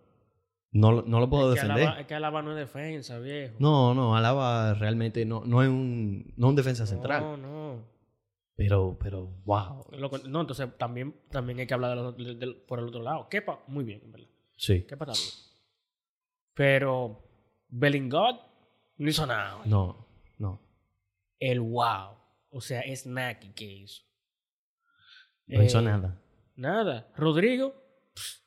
[SPEAKER 1] no, lo- no lo puedo
[SPEAKER 2] Que
[SPEAKER 1] defender.
[SPEAKER 2] Alaba, es que Alaba no es defensa, viejo.
[SPEAKER 1] No, no, Alaba realmente no, no es un, no es un defensa central.
[SPEAKER 2] No, no.
[SPEAKER 1] Pero, pero, wow.
[SPEAKER 2] Loco, no, entonces también, también hay que hablar de los- del- del- por el otro lado. Kepa, muy bien, en verdad.
[SPEAKER 1] Sí.
[SPEAKER 2] Kepa está bien. Pero Bellingham no hizo nada. güey.
[SPEAKER 1] No, no.
[SPEAKER 2] El wow. O sea, es Naki que hizo.
[SPEAKER 1] No hizo
[SPEAKER 2] Eh,
[SPEAKER 1] nada.
[SPEAKER 2] Nada. Rodrigo. pss,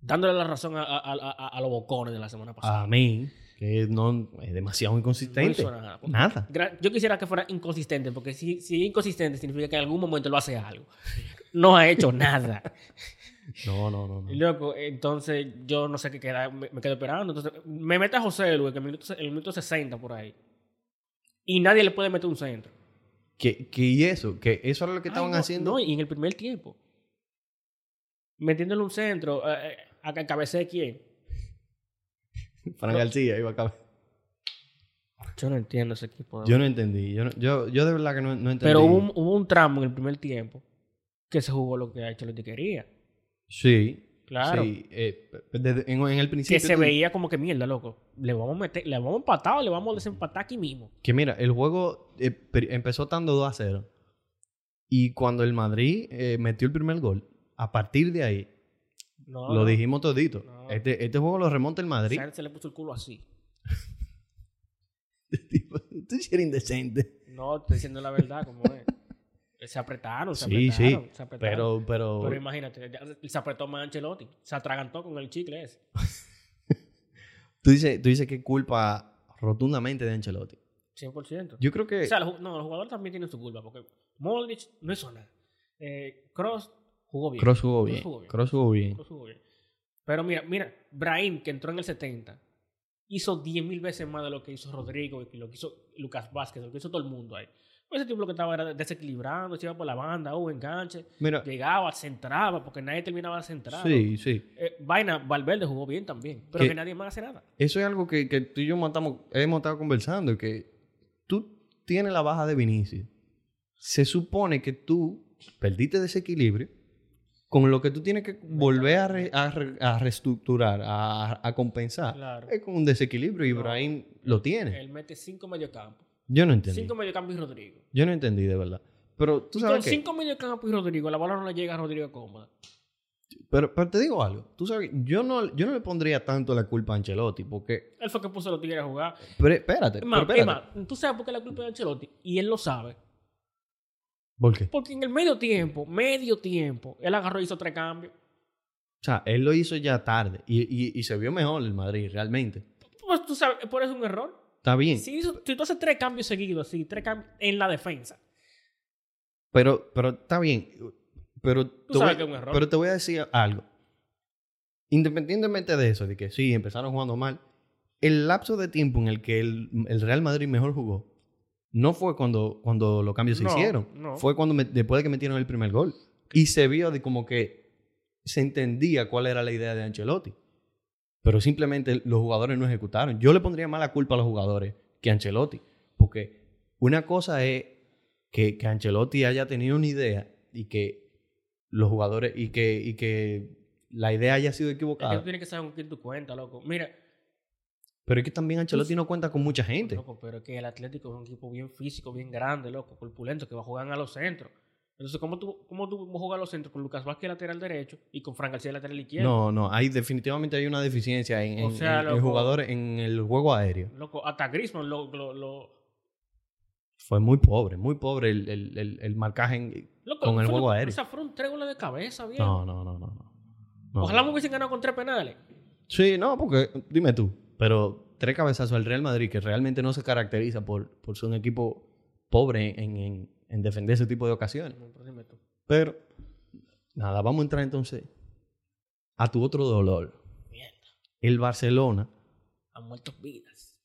[SPEAKER 2] dándole la razón a, a- a- a- a los bocones de la semana pasada.
[SPEAKER 1] A mí, que no, es demasiado
[SPEAKER 2] no
[SPEAKER 1] inconsistente.
[SPEAKER 2] hizo nada.
[SPEAKER 1] nada.
[SPEAKER 2] Gra- Yo quisiera que fuera inconsistente, porque si, si es inconsistente significa que en algún momento lo hace algo. No ha hecho nada.
[SPEAKER 1] No, no, no. no.
[SPEAKER 2] Loco, entonces yo no sé qué queda, me, me quedo esperando. Entonces, me mete a José Luis, que el minuto, el minuto 60 por ahí. Y nadie le puede meter un centro.
[SPEAKER 1] Que, que y eso, que eso era lo que
[SPEAKER 2] Ay,
[SPEAKER 1] estaban
[SPEAKER 2] no,
[SPEAKER 1] haciendo.
[SPEAKER 2] No, y en el primer tiempo. Metiéndole un centro, eh, eh, a que cabecee quién.
[SPEAKER 1] Fran
[SPEAKER 2] no.
[SPEAKER 1] García iba a acabar.
[SPEAKER 2] Yo no entiendo ese equipo. de-
[SPEAKER 1] Yo no entendí. Yo, no- yo, yo de verdad que no, no entendí.
[SPEAKER 2] Ah. Pero hubo un, hubo un tramo en el primer tiempo que se jugó lo que Ancelotti quería.
[SPEAKER 1] Sí.
[SPEAKER 2] Claro.
[SPEAKER 1] Sí, eh, desde- en, en el principio.
[SPEAKER 2] que se
[SPEAKER 1] tú-
[SPEAKER 2] veía como que mierda, loco. Le vamos a meter, le vamos a empatar o le vamos a desempatar aquí mismo.
[SPEAKER 1] Que mira, el juego eh, pri- empezó estando 2 a 0. Y cuando el Madrid eh, metió el primer gol, a partir de ahí,
[SPEAKER 2] No,
[SPEAKER 1] lo
[SPEAKER 2] no.
[SPEAKER 1] dijimos todito.
[SPEAKER 2] No.
[SPEAKER 1] Este, este juego lo remonta el Madrid.
[SPEAKER 2] Sánchez le puso el culo así.
[SPEAKER 1] Tipo, Tú eres indecente.
[SPEAKER 2] No, estoy diciendo la verdad, como es. Eh, Se apretaron, se
[SPEAKER 1] Sí, sí,
[SPEAKER 2] apretaron. se apretaron.
[SPEAKER 1] Pero, pero.
[SPEAKER 2] Pero imagínate, ya- se apretó más Ancelotti. Se atragantó con el chicle ese.
[SPEAKER 1] Tú dices, tú dices que es culpa rotundamente de Ancelotti.
[SPEAKER 2] 100%.
[SPEAKER 1] Yo creo que.
[SPEAKER 2] O sea, los, ju- no, los jugadores también tienen su culpa. Porque Modric no hizo nada. Eh, Cross jugó bien.
[SPEAKER 1] Cross jugó bien.
[SPEAKER 2] jugó bien.
[SPEAKER 1] Cross jugó bien.
[SPEAKER 2] Cross jugó bien. Pero mira, mira, Brahim, que entró en el 70, hizo 10.000 veces más de lo que hizo Rodrigo y lo que hizo Lucas Vázquez, lo que hizo todo el mundo ahí. Pues Ese tipo lo que estaba era desequilibrando, se iba por la banda, hubo enganche,
[SPEAKER 1] Mira,
[SPEAKER 2] llegaba, centraba, porque nadie terminaba de centrar.
[SPEAKER 1] sí, sí.
[SPEAKER 2] Eh, Vaina, Valverde jugó bien también, pero
[SPEAKER 1] Que-
[SPEAKER 2] que nadie más hace nada.
[SPEAKER 1] Eso es algo que, que tú y yo matamos- hemos estado conversando, que tú tienes la baja de Vinicius. Se supone que tú perdiste desequilibrio con lo que tú tienes que volver a, re- a re- a reestructurar, a, a compensar.
[SPEAKER 2] Claro.
[SPEAKER 1] Es con un desequilibrio y
[SPEAKER 2] No.
[SPEAKER 1] Ibrahim lo tiene.
[SPEAKER 2] Él mete 5 mediocampos.
[SPEAKER 1] Yo no entendí.
[SPEAKER 2] 5 mediocampo y Rodrigo.
[SPEAKER 1] Yo no entendí de verdad. Pero tú
[SPEAKER 2] Con
[SPEAKER 1] sabes que...
[SPEAKER 2] 5 mediocampos y Rodrigo, la bola no le llega a Rodrigo cómoda.
[SPEAKER 1] Pero, pero te digo algo. Tú sabes, que yo no, yo no le pondría tanto la culpa a Ancelotti porque...
[SPEAKER 2] Él fue que puso a los tigres a jugar.
[SPEAKER 1] Pero, espérate,
[SPEAKER 2] Es
[SPEAKER 1] pero
[SPEAKER 2] más, es
[SPEAKER 1] espérate.
[SPEAKER 2] más, tú sabes por qué la culpa de Ancelotti y él lo sabe.
[SPEAKER 1] ¿Por qué?
[SPEAKER 2] Porque en el medio tiempo, medio tiempo, él agarró y hizo tres cambios.
[SPEAKER 1] O sea, él lo hizo ya tarde y, y- y se vio mejor el Madrid, realmente.
[SPEAKER 2] Pues tú sabes, por eso es un error.
[SPEAKER 1] Está bien.
[SPEAKER 2] Si, hizo- si tú haces tres cambios seguidos, así, tres cambios en la defensa.
[SPEAKER 1] Pero, pero está bien. Pero te, voy,
[SPEAKER 2] sabes que es un error.
[SPEAKER 1] pero te voy a decir algo. Independientemente de eso, de que sí, empezaron jugando mal, el lapso de tiempo en el que el, el Real Madrid mejor jugó no fue cuando, cuando los cambios
[SPEAKER 2] No,
[SPEAKER 1] se hicieron.
[SPEAKER 2] no.
[SPEAKER 1] Fue cuando me- después de que metieron el primer gol. Y se vio de como que se entendía cuál era la idea de Ancelotti. Pero simplemente los jugadores no ejecutaron. Yo le pondría más la culpa a los jugadores que a Ancelotti. Porque una cosa es que, que Ancelotti haya tenido una idea y que los jugadores y que, y que la idea haya sido
[SPEAKER 2] Es que
[SPEAKER 1] equivocada.
[SPEAKER 2] tú tienes que saber con quién tú cuentas, loco. Mira,
[SPEAKER 1] Pero es que también Ancelotti no cuenta con mucha gente.
[SPEAKER 2] Loco, pero es que el Atlético es un equipo bien físico, bien grande, loco, corpulento, que va a jugar a los centros. Entonces, ¿cómo tú, cómo tú vas a jugar a los centros con Lucas Vázquez lateral derecho y con Fran García lateral izquierdo?
[SPEAKER 1] No, no, hay definitivamente hay una deficiencia en,
[SPEAKER 2] O
[SPEAKER 1] en-
[SPEAKER 2] sea,
[SPEAKER 1] en- en
[SPEAKER 2] loco.
[SPEAKER 1] jugadores en el juego aéreo.
[SPEAKER 2] Loco, hasta Griezmann lo, lo, lo-
[SPEAKER 1] Fue muy pobre, muy pobre el, el- el- el marcaje. en-
[SPEAKER 2] loco,
[SPEAKER 1] Con el
[SPEAKER 2] fue-
[SPEAKER 1] juego aéreo.
[SPEAKER 2] O sea, fueron tres goles de cabeza, bien.
[SPEAKER 1] No, no, no, no. no. No.
[SPEAKER 2] Ojalá me hubiesen ganado con tres penales.
[SPEAKER 1] Sí, no, porque dime tú, pero tres cabezazos al Real Madrid, que realmente no se caracteriza por, por ser un equipo pobre en, en- en defender ese tipo de ocasiones.
[SPEAKER 2] No, pero dime tú.
[SPEAKER 1] Pero, nada, vamos a entrar entonces a tu otro dolor.
[SPEAKER 2] Mierda,
[SPEAKER 1] El Barcelona,
[SPEAKER 2] han muerto vidas.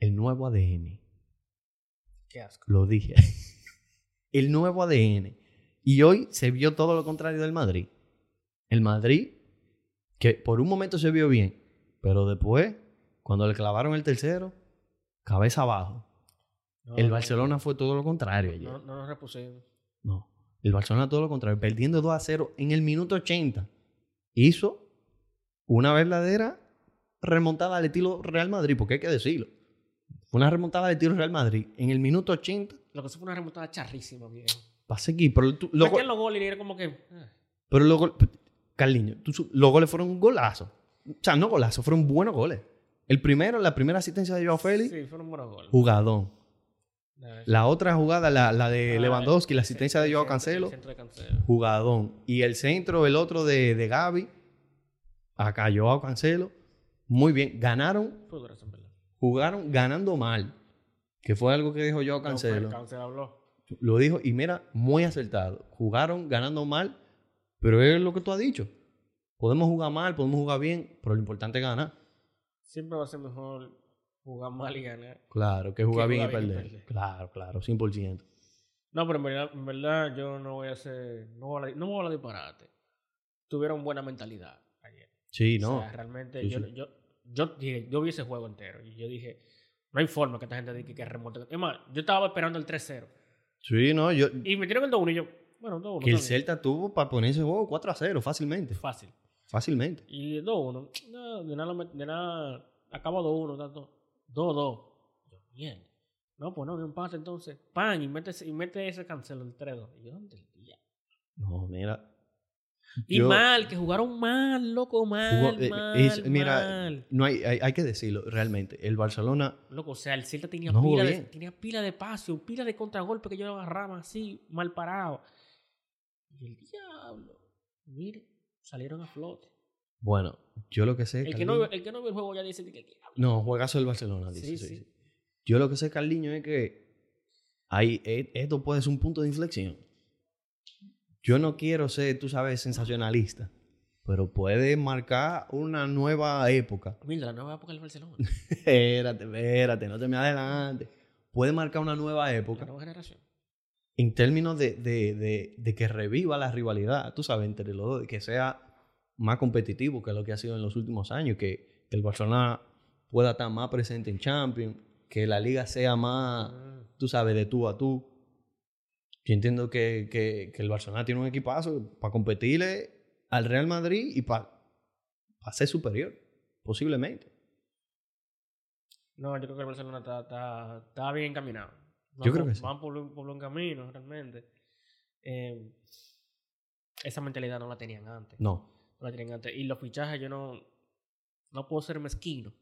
[SPEAKER 1] el nuevo ADN.
[SPEAKER 2] Qué asco.
[SPEAKER 1] Lo dije. el nuevo ADN. Y hoy se vio todo lo contrario del Madrid. El Madrid, que por un momento se vio bien, pero después, cuando le clavaron el tercero, cabeza abajo.
[SPEAKER 2] No,
[SPEAKER 1] El
[SPEAKER 2] no,
[SPEAKER 1] Barcelona fue todo lo contrario ayer.
[SPEAKER 2] No, no nos repusimos.
[SPEAKER 1] No. El Barcelona todo lo contrario. Perdiendo 2 a 0 en el minuto 80. Hizo una verdadera remontada al estilo Real Madrid, porque hay que decirlo. Fue Una remontada al estilo Real Madrid en el minuto 80.
[SPEAKER 2] Lo que se fue una remontada charrísima, viejo.
[SPEAKER 1] Va a seguir. Pero, tú- los, go-
[SPEAKER 2] Metían los goles y era como que. ah.
[SPEAKER 1] pero los gol- Carliño, tú su- los goles fueron golazos. O sea, no golazos, fueron buenos goles. El primero, la primera asistencia de Joao Félix,
[SPEAKER 2] Sí, fueron buenos goles.
[SPEAKER 1] jugadón.
[SPEAKER 2] La verdad.
[SPEAKER 1] La otra jugada, la, la de
[SPEAKER 2] Ah,
[SPEAKER 1] Lewandowski, la asistencia de
[SPEAKER 2] El
[SPEAKER 1] Joao
[SPEAKER 2] centro- el
[SPEAKER 1] Cancelo.
[SPEAKER 2] centro de Cancelo.
[SPEAKER 1] jugadón. Y el centro, el otro de, de Gaby, acá Joao Cancelo. Muy bien, ganaron,
[SPEAKER 2] Fue duro, eso, en verdad.
[SPEAKER 1] jugaron ganando mal. Que fue algo que dijo Joao Cancelo.
[SPEAKER 2] No, fue el Cancelo habló.
[SPEAKER 1] Lo dijo, y mira, muy acertado. Jugaron ganando mal, pero es lo que tú has dicho. Podemos jugar mal, podemos jugar bien, pero lo importante es ganar.
[SPEAKER 2] Siempre va a ser mejor jugar mal y ganar.
[SPEAKER 1] Claro, que jugar
[SPEAKER 2] Que
[SPEAKER 1] bien,
[SPEAKER 2] jugar
[SPEAKER 1] y
[SPEAKER 2] bien y
[SPEAKER 1] perder.
[SPEAKER 2] perder.
[SPEAKER 1] Claro, claro, 100%.
[SPEAKER 2] No, pero en verdad, en verdad yo no voy a hacer. No voy a, hablar- no voy a hablar disparate. Tuvieron buena mentalidad ayer.
[SPEAKER 1] Sí, no.
[SPEAKER 2] O sea, realmente
[SPEAKER 1] Sí,
[SPEAKER 2] yo,
[SPEAKER 1] sí.
[SPEAKER 2] Yo, yo, dije- yo vi ese juego entero. Y yo dije, no hay forma que esta gente diga que remonte. Es más, yo estaba esperando el 3-0.
[SPEAKER 1] sí, no, yo,
[SPEAKER 2] Y metieron el 2-1 y yo, Bueno, 2-1.
[SPEAKER 1] Que el
[SPEAKER 2] también.
[SPEAKER 1] Celta tuvo para ponerse ese juego 4 a 0 fácilmente.
[SPEAKER 2] Fácil.
[SPEAKER 1] Fácilmente.
[SPEAKER 2] Y 2-1. No, de nada, lo met- de nada. Acaba 2-1, tanto. 2-2. Yo, mierda. No, pues no, que empate entonces. Pan, y mete, ese- y mete ese cancelo, el 3-2. Y yo, ¿dónde el día?
[SPEAKER 1] No, mira.
[SPEAKER 2] Y
[SPEAKER 1] Yo-
[SPEAKER 2] mal, que jugaron mal, loco, mal,
[SPEAKER 1] Jugó- eh,
[SPEAKER 2] mal,
[SPEAKER 1] es- mira,
[SPEAKER 2] mal.
[SPEAKER 1] No hay, hay, hay que decirlo, realmente. El Barcelona,
[SPEAKER 2] Loco, o sea, el Celta tenía,
[SPEAKER 1] No jugó
[SPEAKER 2] pila, de,
[SPEAKER 1] bien.
[SPEAKER 2] tenía pila de pasión, pila de contragolpe que yo le agarraba así, mal parado. Y el diablo, mire, salieron a flote.
[SPEAKER 1] bueno, yo lo que sé.
[SPEAKER 2] El que, no,
[SPEAKER 1] Carliño-
[SPEAKER 2] ve- el que no ve el juego ya dice que el diablo.
[SPEAKER 1] No, juegazo del Barcelona, dice.
[SPEAKER 2] Sí,
[SPEAKER 1] sí,
[SPEAKER 2] sí.
[SPEAKER 1] sí. Yo lo que sé, Carliño, es que hay, e- esto puede ser un punto de inflexión. Yo no quiero ser, tú sabes, sensacionalista, pero puede marcar una nueva época.
[SPEAKER 2] Mira, la nueva época del Barcelona,
[SPEAKER 1] Espérate, espérate, no te me adelantes. Puede marcar una nueva
[SPEAKER 2] la
[SPEAKER 1] época
[SPEAKER 2] nueva generación.
[SPEAKER 1] en términos de, de- de- de que reviva la rivalidad, tú sabes, entre los dos, que sea más competitivo que lo que ha sido en los últimos años, que, que el Barcelona pueda estar más presente en Champions, que la liga sea más,
[SPEAKER 2] Ah,
[SPEAKER 1] tú sabes, de tú a tú. Yo entiendo que, que- que el Barcelona tiene un equipazo para competirle al Real Madrid y para ser superior, posiblemente.
[SPEAKER 2] No, yo creo que el Barcelona está, está, está bien encaminado. Van
[SPEAKER 1] Yo creo
[SPEAKER 2] por-
[SPEAKER 1] que sí.
[SPEAKER 2] Van por, un- por buen camino, realmente. Eh, esa mentalidad no la tenían antes.
[SPEAKER 1] No,
[SPEAKER 2] no la tienen antes. Y los fichajes, yo no, no puedo ser mezquino.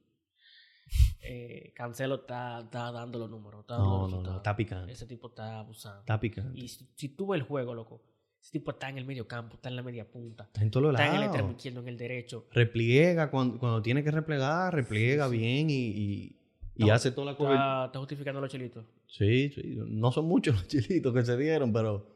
[SPEAKER 2] Eh, Cancelo está, está dando los números. Está dando
[SPEAKER 1] no,
[SPEAKER 2] los
[SPEAKER 1] no, no,
[SPEAKER 2] resultados.
[SPEAKER 1] está picante.
[SPEAKER 2] Ese tipo está abusando.
[SPEAKER 1] Está picante.
[SPEAKER 2] Y si, si tú ves el juego, loco, ese tipo está en el medio campo, está en la media punta,
[SPEAKER 1] Está en todos
[SPEAKER 2] está en el
[SPEAKER 1] lados.
[SPEAKER 2] extremo izquierdo, en el derecho.
[SPEAKER 1] repliega cuando, cuando tiene que replegar, repliega bien y, y, y
[SPEAKER 2] No,
[SPEAKER 1] hace toda la cobertura.
[SPEAKER 2] Está, está justificando los chelitos.
[SPEAKER 1] Sí, sí, no son muchos los chilitos que se dieron, pero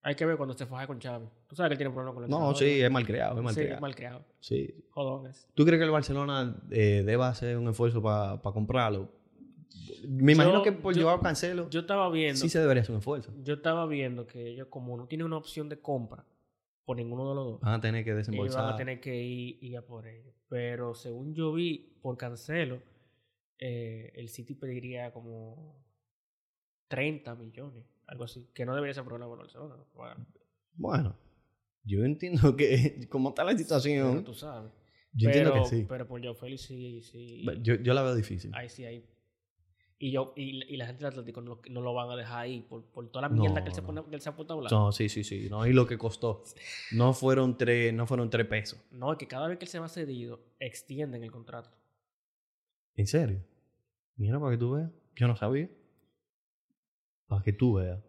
[SPEAKER 2] Hay que ver cuando se faja con Xavi. Tú sabes que él tiene problemas con el
[SPEAKER 1] no,
[SPEAKER 2] entrenador,
[SPEAKER 1] sí, es mal creado, es mal
[SPEAKER 2] Sí,
[SPEAKER 1] creado.
[SPEAKER 2] mal creado.
[SPEAKER 1] Sí.
[SPEAKER 2] Jodones.
[SPEAKER 1] ¿Tú crees que el Barcelona eh, deba hacer un esfuerzo para comprarlo? Me
[SPEAKER 2] Yo-
[SPEAKER 1] imagino que por
[SPEAKER 2] yo-
[SPEAKER 1] llevar Cancelo
[SPEAKER 2] Yo estaba viendo.
[SPEAKER 1] sí se debería hacer un esfuerzo.
[SPEAKER 2] Yo estaba viendo que ellos, como no tienen una opción de compra por ninguno de los dos,
[SPEAKER 1] Van a tener que
[SPEAKER 2] ellos van a
[SPEAKER 1] desembolsar.
[SPEAKER 2] tener que ir, ir a por ellos. Pero según yo vi, por cancelo, eh, el City pediría como 30 millones, algo así. Que no debería ser problema para Barcelona. ¿no? Bueno,
[SPEAKER 1] Bueno, yo entiendo que como está la
[SPEAKER 2] pero
[SPEAKER 1] situación,
[SPEAKER 2] tú sabes.
[SPEAKER 1] yo entiendo
[SPEAKER 2] pero,
[SPEAKER 1] que sí.
[SPEAKER 2] Pero por Joe Félix sí, sí.
[SPEAKER 1] Yo, yo la veo difícil.
[SPEAKER 2] Ahí sí, ahí. Y, yo, y, y la gente del Atlético no, lo- no lo van a dejar ahí por, por toda la
[SPEAKER 1] No,
[SPEAKER 2] mierda que, él se
[SPEAKER 1] no.
[SPEAKER 2] pone, que él se ha puesto a hablar.
[SPEAKER 1] No, sí, sí, sí. No, y lo que costó. No fueron tres, no fueron tres pesos.
[SPEAKER 2] No, es que cada vez que él se va cedido, extienden el contrato.
[SPEAKER 1] ¿En serio? Mira, para que tú veas. Yo no sabía. Para que tú veas.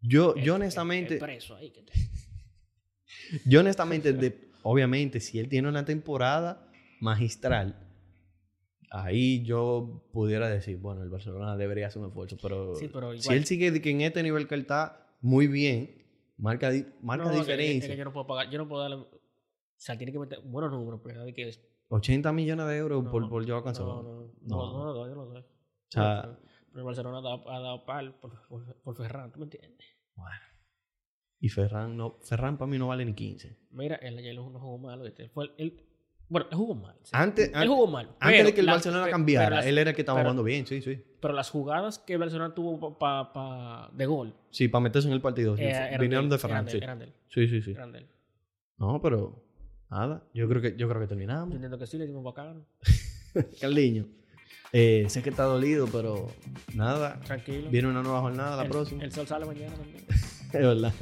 [SPEAKER 1] Yo,
[SPEAKER 2] El-
[SPEAKER 1] yo
[SPEAKER 2] el-
[SPEAKER 1] honestamente,
[SPEAKER 2] el preso ahí que te-
[SPEAKER 1] yo honestamente, de- obviamente, si él tiene una temporada magistral, ahí yo pudiera decir, bueno, el Barcelona debería hacer un esfuerzo, pero,
[SPEAKER 2] Sí, pero
[SPEAKER 1] si
[SPEAKER 2] igual.
[SPEAKER 1] él sigue de que en este nivel que él está muy bien, marca, di- marca
[SPEAKER 2] No, es que- es que
[SPEAKER 1] diferencia.
[SPEAKER 2] yo no puedo pagar, yo no puedo darle. O sea, tiene que meter buenos números, pero hay que.
[SPEAKER 1] 80 millones de euros
[SPEAKER 2] No,
[SPEAKER 1] por, por Joao Cancelo.
[SPEAKER 2] No, no, no, no, no, no, yo no doy.
[SPEAKER 1] O sea,
[SPEAKER 2] Pero el Barcelona ha dado- ha dado pal por, por, por Ferran, ¿tú me entiendes?
[SPEAKER 1] Y Ferran, no, Ferran para mí no vale ni 15.
[SPEAKER 2] Mira, él ayer no jugó malo. Este, fue el, el- bueno, él jugó mal. sí.
[SPEAKER 1] Antes,
[SPEAKER 2] él
[SPEAKER 1] antes,
[SPEAKER 2] jugó mal.
[SPEAKER 1] Ah, antes
[SPEAKER 2] pero
[SPEAKER 1] de que el
[SPEAKER 2] las-
[SPEAKER 1] Barcelona
[SPEAKER 2] pe-
[SPEAKER 1] cambiara,
[SPEAKER 2] Pero las,
[SPEAKER 1] él era el que estaba
[SPEAKER 2] pero-
[SPEAKER 1] jugando bien, sí, sí.
[SPEAKER 2] pero las jugadas que el Barcelona tuvo pa, pa, pa- de gol
[SPEAKER 1] Sí, para meterse en el partido. sí,
[SPEAKER 2] eh,
[SPEAKER 1] sí.
[SPEAKER 2] eran
[SPEAKER 1] Pues, Vinieron de
[SPEAKER 2] él,
[SPEAKER 1] Ferran,
[SPEAKER 2] eran
[SPEAKER 1] sí.
[SPEAKER 2] él, eran él,
[SPEAKER 1] Sí, sí, sí.
[SPEAKER 2] eran él.
[SPEAKER 1] No, pero nada. Yo creo que, yo creo que
[SPEAKER 2] Yo
[SPEAKER 1] terminamos.
[SPEAKER 2] entiendo que sí, le dimos bacano.
[SPEAKER 1] Carliño, eh, sé que está dolido, pero nada.
[SPEAKER 2] Tranquilo.
[SPEAKER 1] Viene una nueva jornada la
[SPEAKER 2] el,
[SPEAKER 1] próxima.
[SPEAKER 2] el sol sale mañana también.
[SPEAKER 1] Es verdad.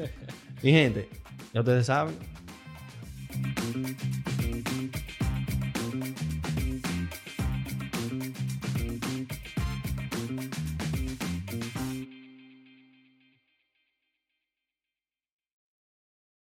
[SPEAKER 1] Mi gente, ya ustedes saben,